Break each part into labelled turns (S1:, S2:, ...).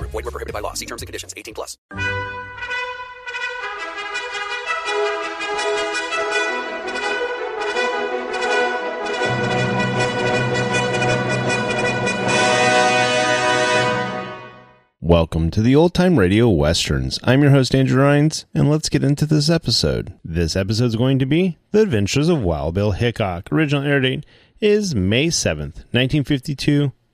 S1: Void were prohibited by law. See terms and conditions. 18 plus.
S2: Welcome to the Old Time Radio Westerns. I'm your host, Andrew Rhines, and let's get into this episode. This episode is going to be The Adventures of Wild Bill Hickok. Original air date is May 7th, 1952,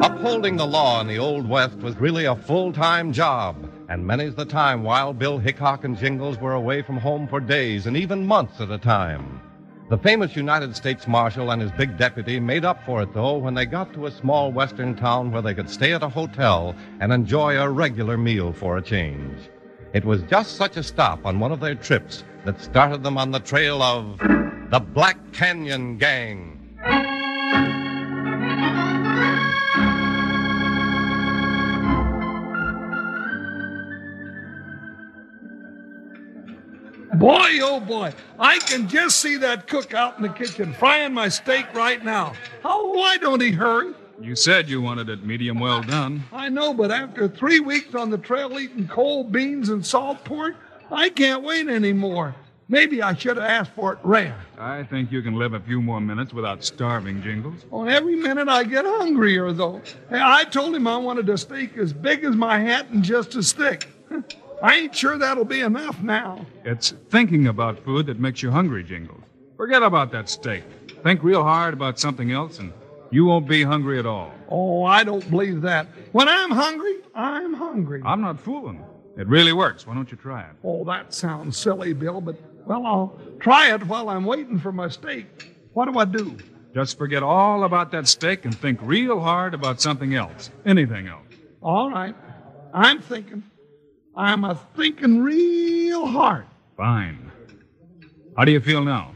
S3: Upholding the law in the Old West was really a full time job, and many's the time Wild Bill Hickok and Jingles were away from home for days and even months at a time. The famous United States Marshal and his big deputy made up for it, though, when they got to a small western town where they could stay at a hotel and enjoy a regular meal for a change. It was just such a stop on one of their trips that started them on the trail of the Black Canyon Gang.
S4: Boy, oh boy, I can just see that cook out in the kitchen frying my steak right now. Oh, why don't he hurry?
S5: You said you wanted it medium well done.
S4: I know, but after three weeks on the trail eating cold beans and salt pork, I can't wait anymore. Maybe I should have asked for it rare.
S5: I think you can live a few more minutes without starving, Jingles.
S4: On every minute I get hungrier, though. Hey, I told him I wanted a steak as big as my hat and just as thick. I ain't sure that'll be enough now.
S5: It's thinking about food that makes you hungry, Jingles. Forget about that steak. Think real hard about something else, and you won't be hungry at all.
S4: Oh, I don't believe that. When I'm hungry, I'm hungry.
S5: I'm not fooling. It really works. Why don't you try it?
S4: Oh, that sounds silly, Bill, but
S6: Well, I'll try it while I'm waiting for my steak. What do I do?
S4: Just forget all about that steak and think real hard about something else. Anything else.
S6: All right. I'm thinking. I'm a thinking real hard.
S4: Fine. How do you feel now?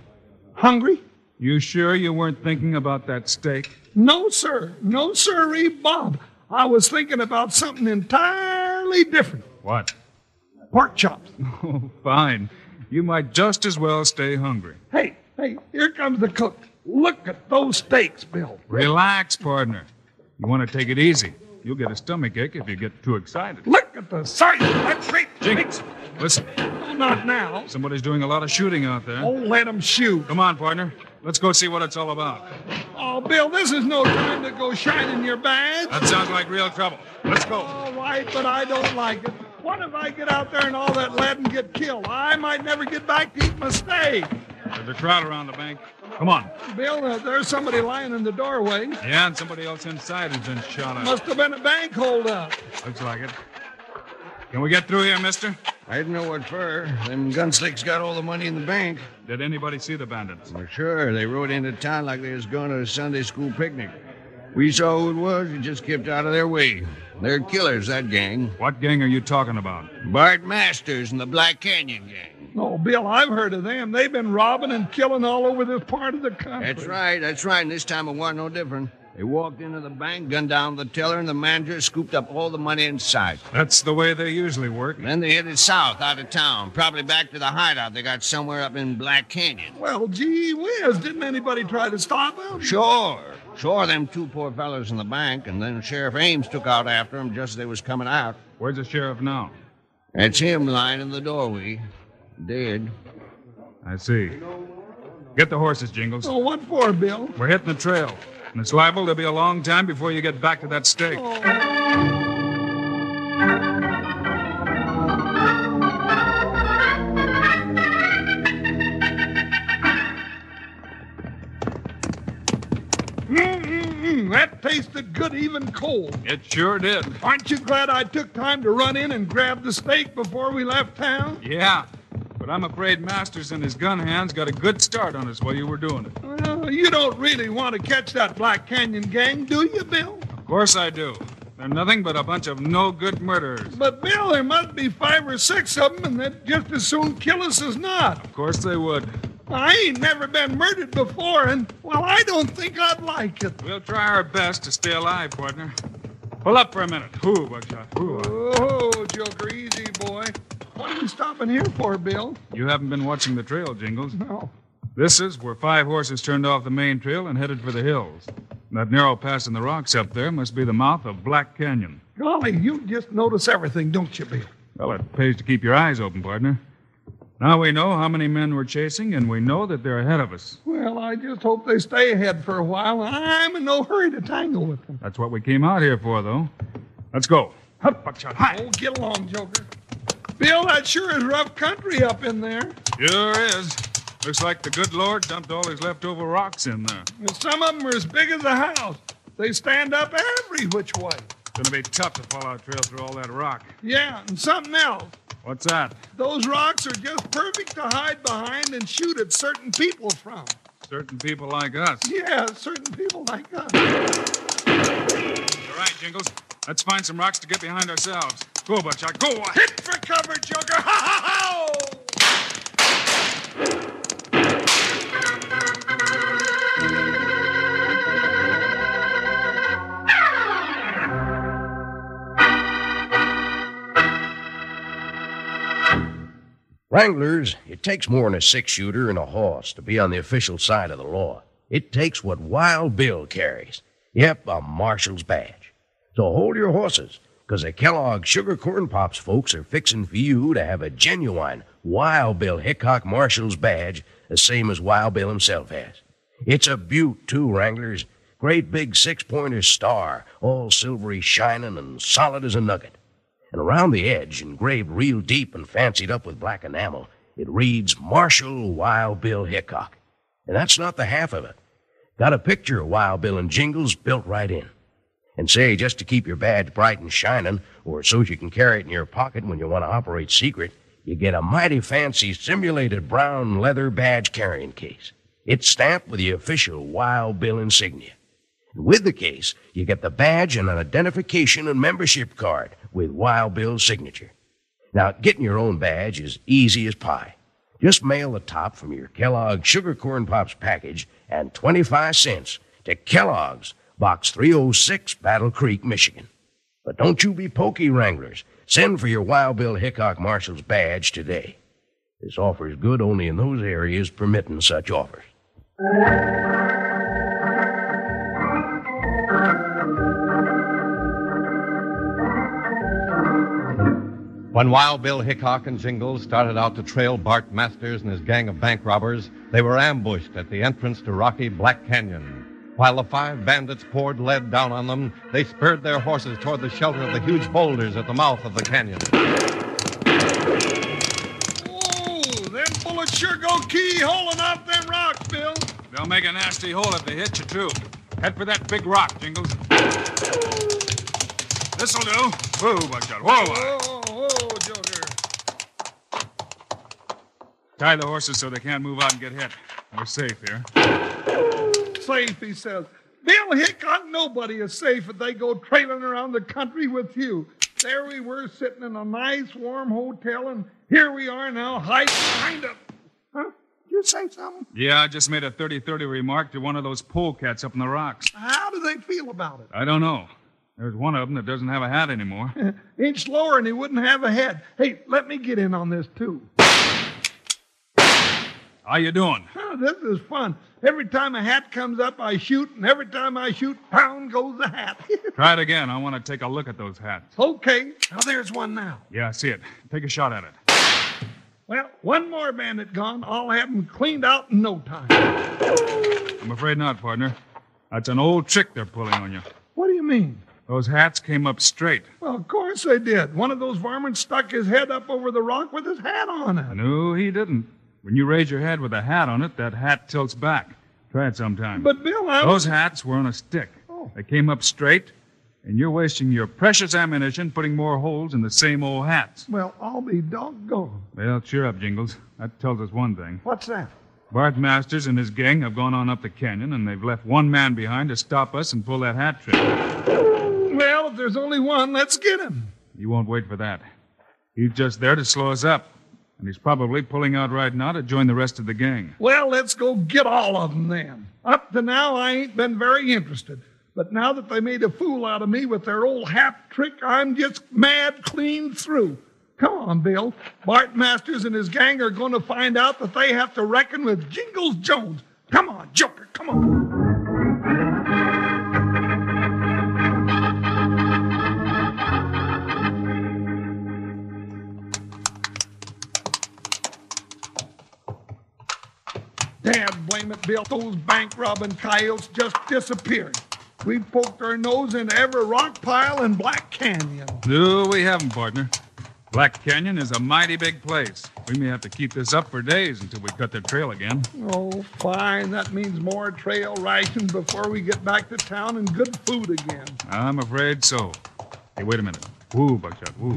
S6: Hungry?
S4: You sure you weren't thinking about that steak?
S6: No, sir. No, sirree, Bob. I was thinking about something entirely different.
S4: What?
S6: Pork chops.
S4: Oh, fine. You might just as well stay hungry.
S6: Hey, hey, here comes the cook. Look at those steaks, Bill.
S4: Relax, partner. You want to take it easy. You'll get a stomach ache if you get too excited.
S6: Look at the size of that great
S4: Jinx, listen.
S6: No, not now.
S4: Somebody's doing a lot of shooting out there.
S6: Oh, let them shoot.
S4: Come on, partner. Let's go see what it's all about.
S6: Oh, Bill, this is no time to go shining your badge.
S4: That sounds like real trouble. Let's go.
S6: All right, but I don't like it. What if I get out there and all that lead and get killed? I might never get back to eat my steak.
S4: There's a crowd around the bank. Come on.
S6: Bill, uh, there's somebody lying in the doorway.
S4: Yeah, and somebody else inside has been shot at.
S6: Must have been a bank holdup.
S4: Looks like it. Can we get through here, mister?
S3: I don't know what for. Them gunslicks got all the money in the bank.
S4: Did anybody see the bandits?
S3: Well, sure. They rode into town like they was going to a Sunday school picnic. We saw who it was and just kept out of their way. They're killers, that gang.
S4: What gang are you talking about?
S3: Bart Masters and the Black Canyon gang.
S6: Oh, Bill, I've heard of them. They've been robbing and killing all over this part of the country.
S3: That's right, that's right. And this time it wasn't no different. They walked into the bank, gunned down the teller, and the manager scooped up all the money inside.
S4: That's the way they usually work.
S3: Then they headed south, out of town, probably back to the hideout they got somewhere up in Black Canyon.
S6: Well, gee whiz, didn't anybody try to stop them?
S3: Sure. Sure, them two poor fellows in the bank, and then Sheriff Ames took out after them just as they was coming out.
S4: Where's the sheriff now?
S3: That's him lying in the doorway, dead.
S4: I see. Get the horses, Jingles.
S6: Oh, what for, Bill?
S4: We're hitting the trail. And it's liable to be a long time before you get back to that stake. Oh.
S6: That tasted good even cold.
S4: It sure did.
S6: Aren't you glad I took time to run in and grab the steak before we left town?
S4: Yeah. But I'm afraid Masters and his gun hands got a good start on us while you were doing it.
S6: Well, you don't really want to catch that Black Canyon gang, do you, Bill?
S4: Of course I do. They're nothing but a bunch of no good murderers.
S6: But, Bill, there must be five or six of them, and they'd just as soon kill us as not.
S4: Of course they would.
S6: I ain't never been murdered before, and, well, I don't think I'd like it.
S4: We'll try our best to stay alive, partner. Pull up for a minute. Ooh, Buckshot. Ooh.
S6: Oh, Joker, easy, boy. What are you stopping here for, Bill?
S4: You haven't been watching the trail, Jingles.
S6: No.
S4: This is where five horses turned off the main trail and headed for the hills. That narrow pass in the rocks up there must be the mouth of Black Canyon.
S6: Golly, you just notice everything, don't you, Bill?
S4: Well, it pays to keep your eyes open, partner. Now we know how many men we're chasing, and we know that they're ahead of us.
S6: Well, I just hope they stay ahead for a while. I'm in no hurry to tangle with them.
S4: That's what we came out here for, though. Let's go.
S6: Hup, buckshot. Hi. Oh, get along, Joker. Bill, that sure is rough country up in there.
S4: Sure is. Looks like the good Lord dumped all his leftover rocks in there.
S6: Well, some of them are as big as a house. They stand up every which way.
S4: It's going to be tough to follow a trail through all that rock.
S6: Yeah, and something else.
S4: What's that?
S6: Those rocks are just perfect to hide behind and shoot at certain people from.
S4: Certain people like us.
S6: Yeah, certain people like us.
S4: All right, Jingles. Let's find some rocks to get behind ourselves. Go, Buckshot. Go.
S6: Hit for cover, Joker. Ha ha ha!
S3: Wranglers, it takes more than a six shooter and a horse to be on the official side of the law. It takes what Wild Bill carries. Yep, a marshal's badge. So hold your horses because the Kellogg Sugar Corn Pops folks are fixing for you to have a genuine Wild Bill Hickok Marshall's badge, the same as Wild Bill himself has. It's a beaut, too, Wranglers. Great big six pointer star, all silvery shining and solid as a nugget. And around the edge, engraved real deep and fancied up with black enamel, it reads Marshall Wild Bill Hickok. And that's not the half of it. Got a picture of Wild Bill and Jingles built right in. And say, just to keep your badge bright and shining, or so you can carry it in your pocket when you want to operate secret, you get a mighty fancy simulated brown leather badge carrying case. It's stamped with the official Wild Bill insignia. And with the case, you get the badge and an identification and membership card with Wild Bill's signature. Now, getting your own badge is easy as pie. Just mail the top from your Kellogg Sugar Corn Pops package and 25 cents to Kellogg's, Box 306, Battle Creek, Michigan. But don't you be pokey wranglers. Send for your Wild Bill Hickok Marshal's badge today. This offer is good only in those areas permitting such offers.
S6: When Wild Bill Hickok and Jingles started out to trail Bart Masters and his gang of bank robbers, they were ambushed at the entrance to rocky Black Canyon. While the five bandits poured lead down on them, they spurred their horses toward the shelter of the huge boulders at the mouth of the canyon.
S7: Oh, them bullets sure go keyholing out them rocks, Bill.
S4: They'll make a nasty hole if they hit you, too. Head for that big rock, Jingles. This'll do. Whoa, Buckshot. Whoa, whoa.
S7: Whoa, Joker.
S4: Tie the horses so they can't move out and get hit. We're safe here.
S7: Safe, he says. Bill Hickok, nobody is safe if they go trailing around the country with you. There we were sitting in a nice warm hotel, and here we are now hiding behind a. Huh? You say something?
S4: Yeah, I just made a 30 30 remark to one of those polecats up in the rocks.
S7: How do they feel about it?
S4: I don't know. There's one of them that doesn't have a hat anymore.
S7: Inch lower, and he wouldn't have a head. Hey, let me get in on this too.
S4: How you doing?
S7: Huh, this is fun. Every time a hat comes up, I shoot, and every time I shoot, down goes the hat.
S4: Try it again. I want to take a look at those hats.
S7: okay, now there's one now.
S4: Yeah, I see it. Take a shot at it.
S7: Well, one more bandit gone. I'll have him cleaned out in no time.
S4: I'm afraid not, partner. That's an old trick they're pulling on you.
S7: What do you mean?
S4: Those hats came up straight.
S7: Well, of course they did. One of those varmints stuck his head up over the rock with his hat on it.
S4: No, he didn't. When you raise your head with a hat on it, that hat tilts back. Try it sometime.
S7: But, Bill, I. Oh.
S4: Those hats were on a stick. They came up straight, and you're wasting your precious ammunition putting more holes in the same old hats.
S7: Well, I'll be doggone.
S4: Well, cheer up, Jingles. That tells us one thing.
S7: What's that?
S4: Bart Masters and his gang have gone on up the canyon, and they've left one man behind to stop us and pull that hat trick.
S7: Well, if there's only one, let's get him.
S4: You won't wait for that. He's just there to slow us up, and he's probably pulling out right now to join the rest of the gang.
S7: Well, let's go get all of them then. Up to now, I ain't been very interested. But now that they made a fool out of me with their old hat trick, I'm just mad clean through. Come on, Bill. Bart Masters and his gang are going to find out that they have to reckon with Jingles Jones. Come on, Joker, come on. Dad, blame it, Bill. Those bank robbing coyotes just disappeared. We poked our nose into every rock pile in Black Canyon.
S4: No, we haven't, partner. Black Canyon is a mighty big place. We may have to keep this up for days until we cut their trail again.
S7: Oh, fine. That means more trail rations before we get back to town and good food again.
S4: I'm afraid so. Hey, wait a minute. Woo, Buckshot, woo.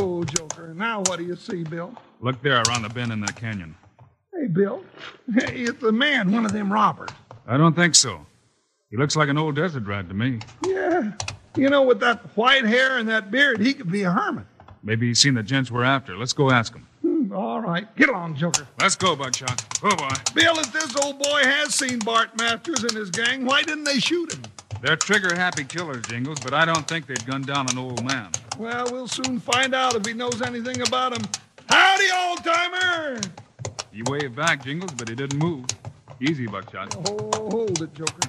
S7: Oh, Joker. Now what do you see, Bill?
S4: Look there around the bend in the canyon.
S7: Hey, Bill. Hey, it's a man, one of them robbers.
S4: I don't think so. He looks like an old desert rat to me.
S7: Yeah. You know, with that white hair and that beard, he could be a hermit.
S4: Maybe he's seen the gents we're after. Let's go ask him.
S7: Hmm, all right. Get along, Joker.
S4: Let's go, Buckshot. Oh, boy.
S7: Bill, if this old boy has seen Bart Masters and his gang, why didn't they shoot him?
S4: They're trigger happy killers, Jingles, but I don't think they'd gun down an old man.
S7: Well, we'll soon find out if he knows anything about him. Howdy, old timer!
S4: He waved back, Jingles, but he didn't move. Easy, Buckshot.
S7: Oh, hold it, Joker.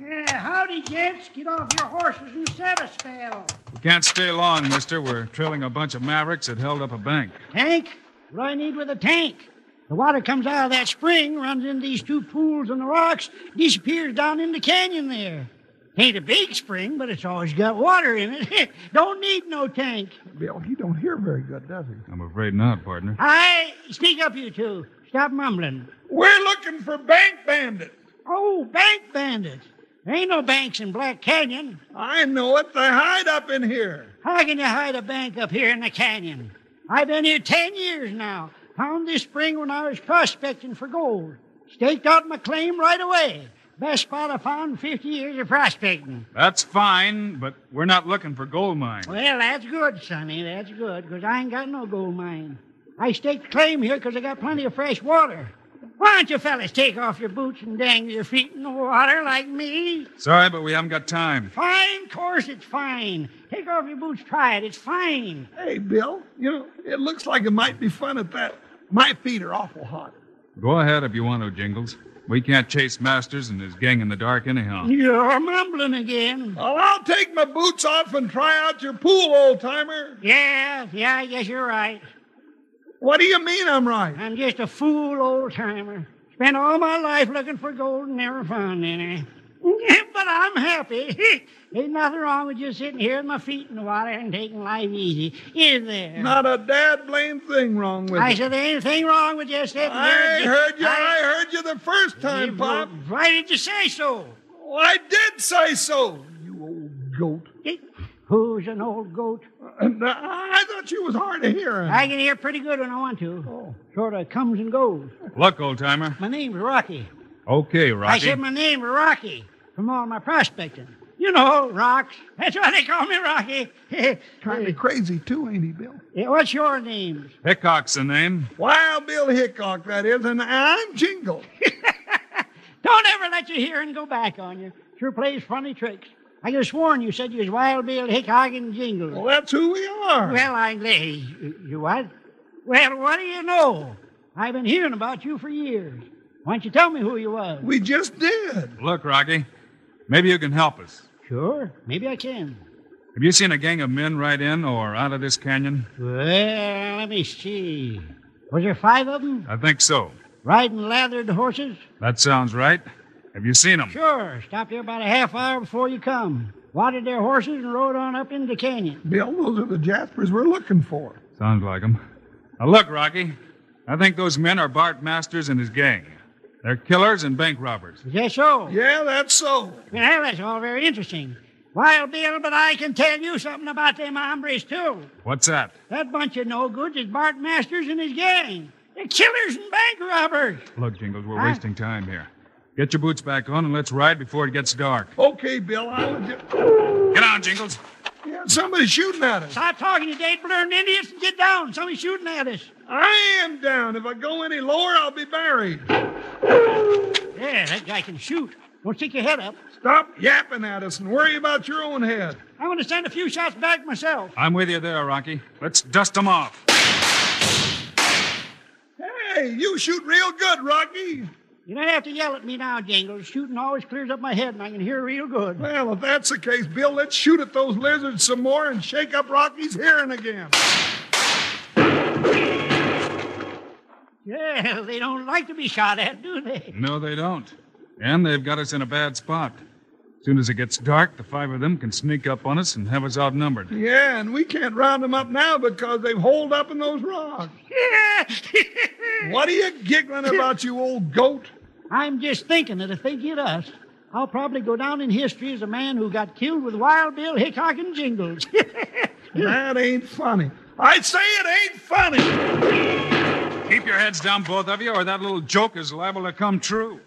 S8: Yeah, howdy, gents. Get off your horses and set a spell.
S4: We can't stay long, mister. We're trailing a bunch of mavericks that held up a bank.
S8: Tank? What do I need with a tank? The water comes out of that spring, runs into these two pools in the rocks, disappears down in the canyon there. Ain't a big spring, but it's always got water in it. Don't need no tank.
S7: Bill, he don't hear very good, does he?
S4: I'm afraid not, partner.
S8: I speak up, you two. Stop mumbling.
S7: We're looking for bank bandits.
S8: Oh, bank bandits. There ain't no banks in Black Canyon.
S7: I know it. They hide up in here.
S8: How can you hide a bank up here in the canyon?
S4: I've been here ten years now. Found this spring when I was prospecting for gold. Staked out my claim right away. Best spot I found in 50 years of prospecting.
S5: That's fine, but we're not looking for gold mines.
S4: Well, that's good, Sonny. That's good, 'cause I ain't got no gold mine. I staked claim here 'cause I got plenty of fresh water. Why don't you fellas take off your boots and dangle your feet in the water like me?
S5: Sorry, but we haven't got time.
S4: Fine course, it's fine. Take off your boots, try it. It's fine.
S6: Hey, Bill, you know, it looks like it might be fun at that. My feet are awful hot.
S5: Go ahead if you want to, Jingles. We can't chase Masters and his gang in the dark anyhow.
S4: You're mumbling again.
S6: Well, I'll take my boots off and try out your pool, old timer.
S4: Yeah, yeah, I guess you're right.
S6: What do you mean I'm right?
S4: I'm just a fool old timer. Spent all my life looking for gold and never found any. but I'm happy. Ain't nothing wrong with just sitting here with my feet in the water and taking life easy, is there?
S6: Not a dad blame thing wrong with
S4: I
S6: it.
S4: said there ain't anything wrong with just sitting
S6: I
S4: here.
S6: heard you. I, heard you the first time, Pop.
S4: Why did you say so?
S6: Oh, I did say so. You old goat.
S4: Who's an old goat?
S6: I thought you was hard to hear.
S4: I can hear pretty good when I want to. Oh. Sort of comes and goes.
S5: Look, old timer.
S4: My name's Rocky.
S5: Okay, Rocky.
S4: I said my name was Rocky from all my prospecting. You know, rocks. That's why they call me Rocky.
S6: Kind of crazy too, ain't he, Bill?
S4: Yeah, Eh, what's your name?
S5: Hickok's the name.
S6: Wild Bill Hickok, that is, and I'm Jingle.
S4: Don't ever let your hearing go back on you. Sure plays funny tricks. I could have sworn you said you was Wild Bill Hickok and Jingle.
S6: Well, that's who we are.
S4: Well, I you, you what? Well, what do you know? I've been hearing about you for years. Why don't you tell me who you was?
S6: We just did.
S5: Look, Rocky, maybe you can help us.
S4: Sure, maybe I can.
S5: Have you seen a gang of men ride in or out of this canyon?
S4: Well, let me see. Was there five of them?
S5: I think so.
S4: Riding lathered horses?
S5: That sounds right. Have you seen them?
S4: Sure. Stopped here about a half hour before you come. Watered their horses and rode on up into the canyon.
S6: Bill, those are the Jaspers we're looking for.
S5: Sounds like them. Now, look, Rocky, I think those men are Bart Masters and his gang. They're killers and bank robbers.
S4: Is that so?
S6: Yeah, that's so.
S4: Well, that's all very interesting. Wild Bill, but I can tell you something about them hombres, too.
S5: What's that?
S4: That bunch of no goods is Bart Masters and his gang. They're killers and bank robbers.
S5: Look, Jingles, we're
S4: Huh?
S5: wasting time here. Get your boots back on and let's ride before it gets dark.
S6: Okay, Bill, I was just.
S5: Get on, Jingles.
S6: Yeah, somebody's shooting at us.
S4: Stop talking, you date blurred idiots, and get down. Somebody's shooting at us.
S6: I am down. If I go any lower, I'll be buried.
S4: Yeah, that guy can shoot. Don't stick your head up.
S6: Stop yapping at us and worry about your own head.
S4: I'm going to send a few shots back myself.
S5: I'm with you there, Rocky. Let's dust them off.
S6: Hey, you shoot real good, Rocky.
S4: You don't have to yell at me now, Jingles. Shooting always clears up my head, and I can hear real good.
S6: Well, if that's the case, Bill, let's shoot at those lizards some more and shake up Rocky's hearing again.
S4: Yeah, they don't like to be shot at, do they?
S5: No, they don't. And they've got us in a bad spot. Soon as it gets dark, the five of them can sneak up on us and have us outnumbered.
S6: Yeah, and we can't round them up now because they've holed up in those rocks. what are you giggling about, you old goat?
S4: I'm just thinking that if they get us, I'll probably go down in history as a man who got killed with Wild Bill Hickok and Jingles.
S6: That ain't funny. I say it ain't funny.
S5: Keep your heads down, both of you, or that little joke is liable to come true.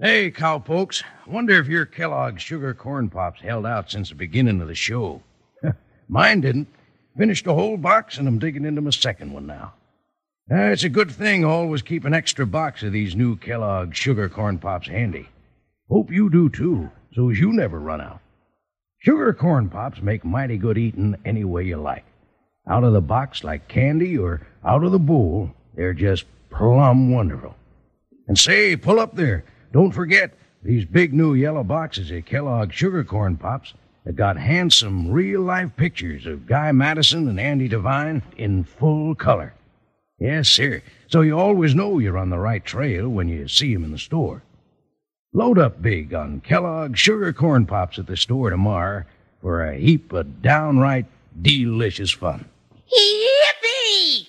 S3: Hey, cowpokes. Wonder if your Kellogg's sugar corn pops held out since the beginning of the show. Mine didn't. Finished a whole box, and I'm digging into my second one now. Uh, it's a good thing I always keep an extra box of these new Kellogg's sugar corn pops handy. Hope you do too, so as you never run out. Sugar corn pops make mighty good eating any way you like. Out of the box like candy or out of the bowl, they're just plumb wonderful. And say, pull up there. Don't forget these big new yellow boxes of Kellogg Sugar Corn Pops that got handsome real life pictures of Guy Madison and Andy Devine in full color. Yes, sir. So you always know you're on the right trail when you see 'em in the store. Load up big on Kellogg Sugar Corn Pops at the store tomorrow for a heap of downright delicious fun.
S9: Yippee!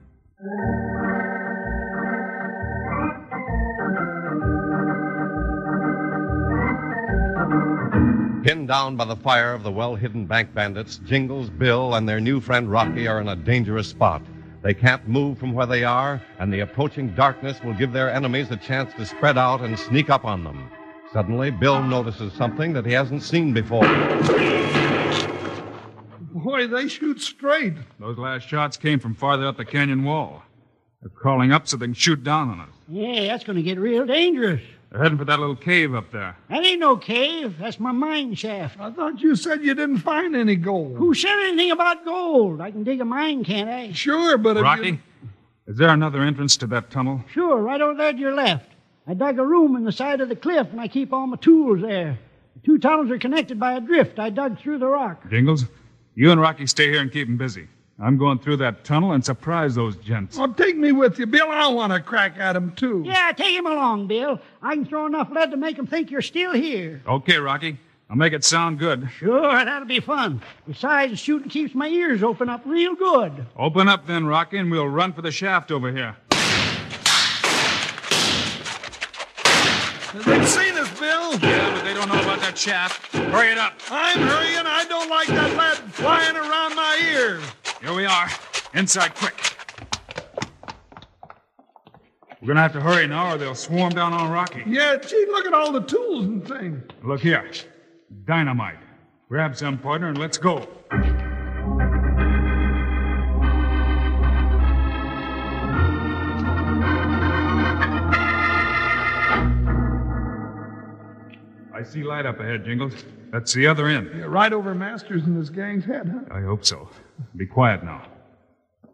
S2: Pinned down by the fire of the well hidden bank bandits, Jingles, Bill, and their new friend Rocky are in a dangerous spot. They can't move from where they are, and the approaching darkness will give their enemies a chance to spread out and sneak up on them. Suddenly, Bill notices something that he hasn't seen before.
S10: Boy, they shoot straight.
S11: Those last shots came from farther up the canyon wall. They're crawling up so they can shoot down on us.
S4: Yeah, that's going to get real dangerous.
S11: They're heading for that little cave up there.
S4: That ain't no cave. That's my mine shaft.
S10: I thought you said you didn't find any gold.
S4: Who said anything about gold? I can dig a mine, can't I?
S10: Sure, but if
S11: Rocky,
S10: you...
S11: is there another entrance to that tunnel?
S4: Sure, right over there to your left. I dug a room in the side of the cliff, and I keep all my tools there. The two tunnels are connected by a drift I dug through the rock.
S11: Jingles, you and Rocky stay here and keep 'em busy. I'm going through that tunnel and surprise those gents.
S10: Oh, take me with you, Bill. I want to crack at him, too.
S4: Yeah, take him along, Bill. I can throw enough lead to make him think you're still here.
S11: Okay, Rocky. I'll make it sound good.
S4: Sure, that'll be fun. Besides, shooting keeps my ears open up real good.
S11: Open up then, Rocky, and we'll run for the shaft over here.
S10: They've seen us, Bill.
S11: Yeah, but they don't know about that shaft. Hurry it up.
S10: I'm hurrying. I don't like that lead flying around my ears.
S11: Here we are. Inside, quick. We're gonna have to hurry now, or they'll swarm down on Rocky.
S10: Yeah, gee, look at all the tools and things.
S11: Look here. Dynamite. Grab some, partner, and let's go. I see light up ahead, Jingles. That's the other end.
S10: Yeah, right over Masters and his gang's head, huh?
S11: I hope so. Be quiet now.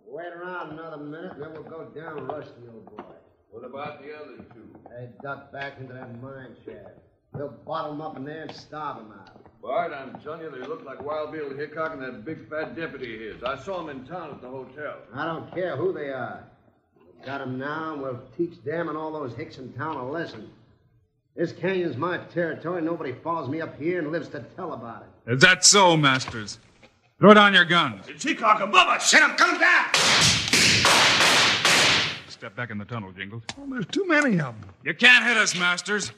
S3: Wait around another minute, and then we'll go down and rush the old boy.
S12: What about the other two?
S3: They duck back into that mine shaft. They'll bottle 'em up in there and starve 'em out.
S12: Bart, I'm telling you, they look like Wild Bill Hickok and that big fat deputy of his. I saw him in town at the hotel.
S3: I don't care who they are. We've got 'em now, and we'll teach them and all those hicks in town a lesson. This canyon's my territory. Nobody follows me up here and lives to tell about it.
S11: Is that so, Masters? Throw down your guns.
S12: It's Hickok above us.
S3: Send 'em come down!
S11: Step back in the tunnel, Jingles.
S10: Well, Oh, there's too many of them.
S11: You can't hit us, Masters.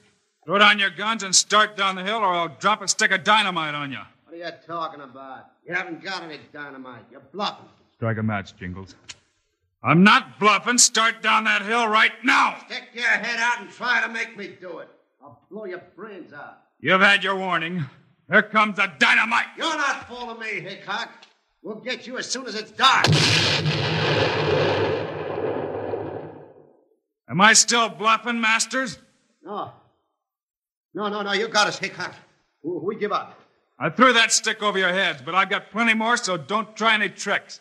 S11: Throw down your guns and start down the hill, or I'll drop a stick of dynamite on you.
S3: What are you talking about? You haven't got any dynamite. You're bluffing.
S11: Strike a match, Jingles. I'm not bluffing. Start down that hill right now.
S3: Stick your head out and try to make me do it. I'll blow your brains out.
S11: You've had your warning. Here comes the dynamite.
S3: You're not fooling me, Hickok. We'll get you as soon as it's dark.
S11: Am I still bluffing, Masters?
S3: No. No, no, no. You got us, Hickok. We we give up.
S11: I threw that stick over your heads, but I've got plenty more, so don't try any tricks.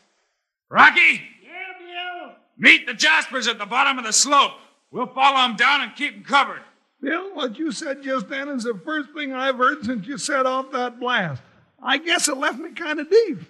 S11: Rocky,
S4: Yeah,
S11: meet the Jaspers at the bottom of the slope. We'll follow them down and keep them covered.
S10: Bill, what you said just then is the first thing I've heard since you set off that blast. I guess it left me kind of deep.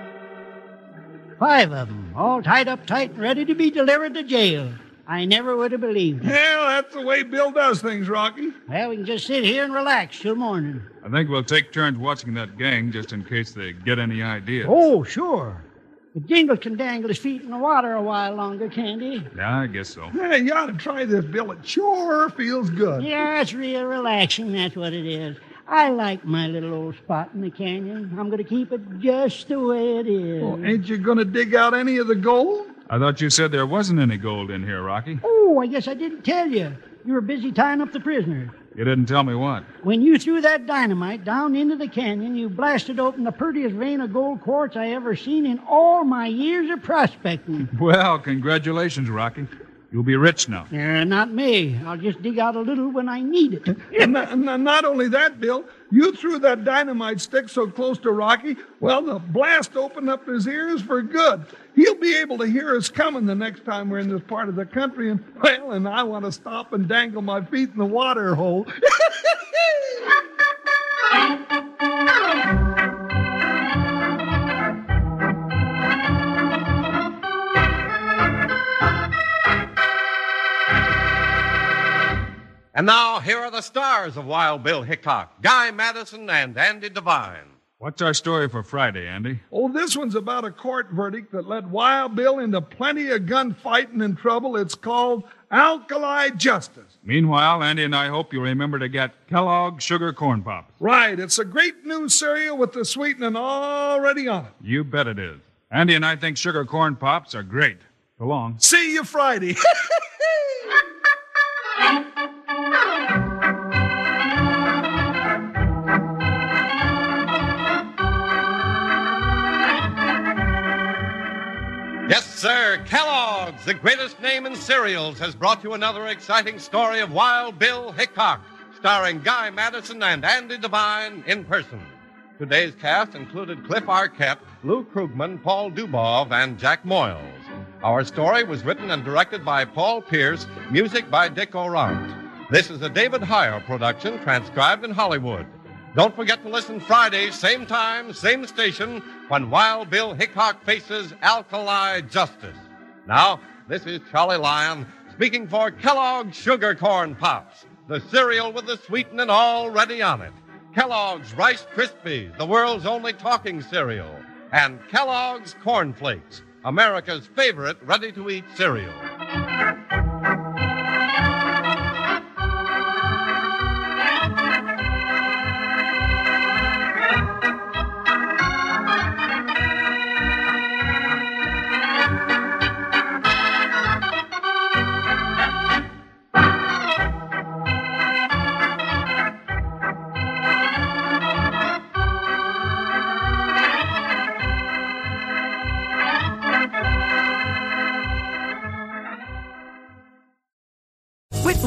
S4: Bill. Five of 'em, all tied up tight and ready to be delivered to jail. I never would have believed it.
S10: Hell, that's the way Bill does things, Rocky.
S4: Well, we can just sit here and relax till morning.
S11: I think we'll take turns watching that gang just in case they get any ideas.
S4: Oh, sure. The jingle can dangle his feet in the water a while longer, can't he?
S11: Yeah, I guess so.
S10: Hey, you ought to try this, Bill. It sure feels good.
S4: Yeah, it's real relaxing, that's what it is. I like my little old spot in the canyon. I'm going to keep it just the way it is.
S10: Well, ain't you going to dig out any of the gold?
S11: I thought you said there wasn't any gold in here, Rocky.
S4: Oh, I guess I didn't tell you. You were busy tying up the prisoners.
S11: You didn't tell me what.
S4: When you threw that dynamite down into the canyon, you blasted open the prettiest vein of gold quartz I ever seen in all my years of prospecting.
S11: Well, congratulations, Rocky.
S13: You'll be rich now.
S4: Yeah, not me. I'll just dig out a little when I need it.
S3: And not, and not only that, Bill, you threw that dynamite stick so close to Rocky, well, the blast opened up his ears for good. He'll be able to hear us coming the next time we're in this part of the country, and well, and I want to stop and dangle my feet in the water hole.
S14: And now, here are the stars of Wild Bill Hickok Guy Madison and Andy Devine.
S13: What's our story for Friday, Andy?
S3: Oh, this one's about a court verdict that led Wild Bill into plenty of gunfighting and trouble. It's called Alkali Justice.
S13: Meanwhile, Andy and I hope you remember to get Kellogg Sugar Corn Pops.
S3: Right, it's a great new cereal with the sweetening already on it.
S13: You bet it is. Andy and I think sugar corn pops are great. So long.
S3: See you Friday.
S14: Yes, sir. Kellogg's, the greatest name in cereals, has brought you another exciting story of Wild Bill Hickok, starring Guy Madison and Andy Devine in person. Today's cast included Cliff Arquette, Lou Krugman, Paul Dubov, and Jack Moyles. Our story was written and directed by Paul Pierce, music by Dick Orant. This is a David Heyer production transcribed in Hollywood. Don't forget to listen Friday, same time, same station, when Wild Bill Hickok faces Alkali Justice. Now, this is Charlie Lyon speaking for Kellogg's Sugar Corn Pops, the cereal with the sweetening already on it. Kellogg's Rice Krispies, the world's only talking cereal, and Kellogg's Corn Flakes, America's favorite ready to eat cereal.
S15: With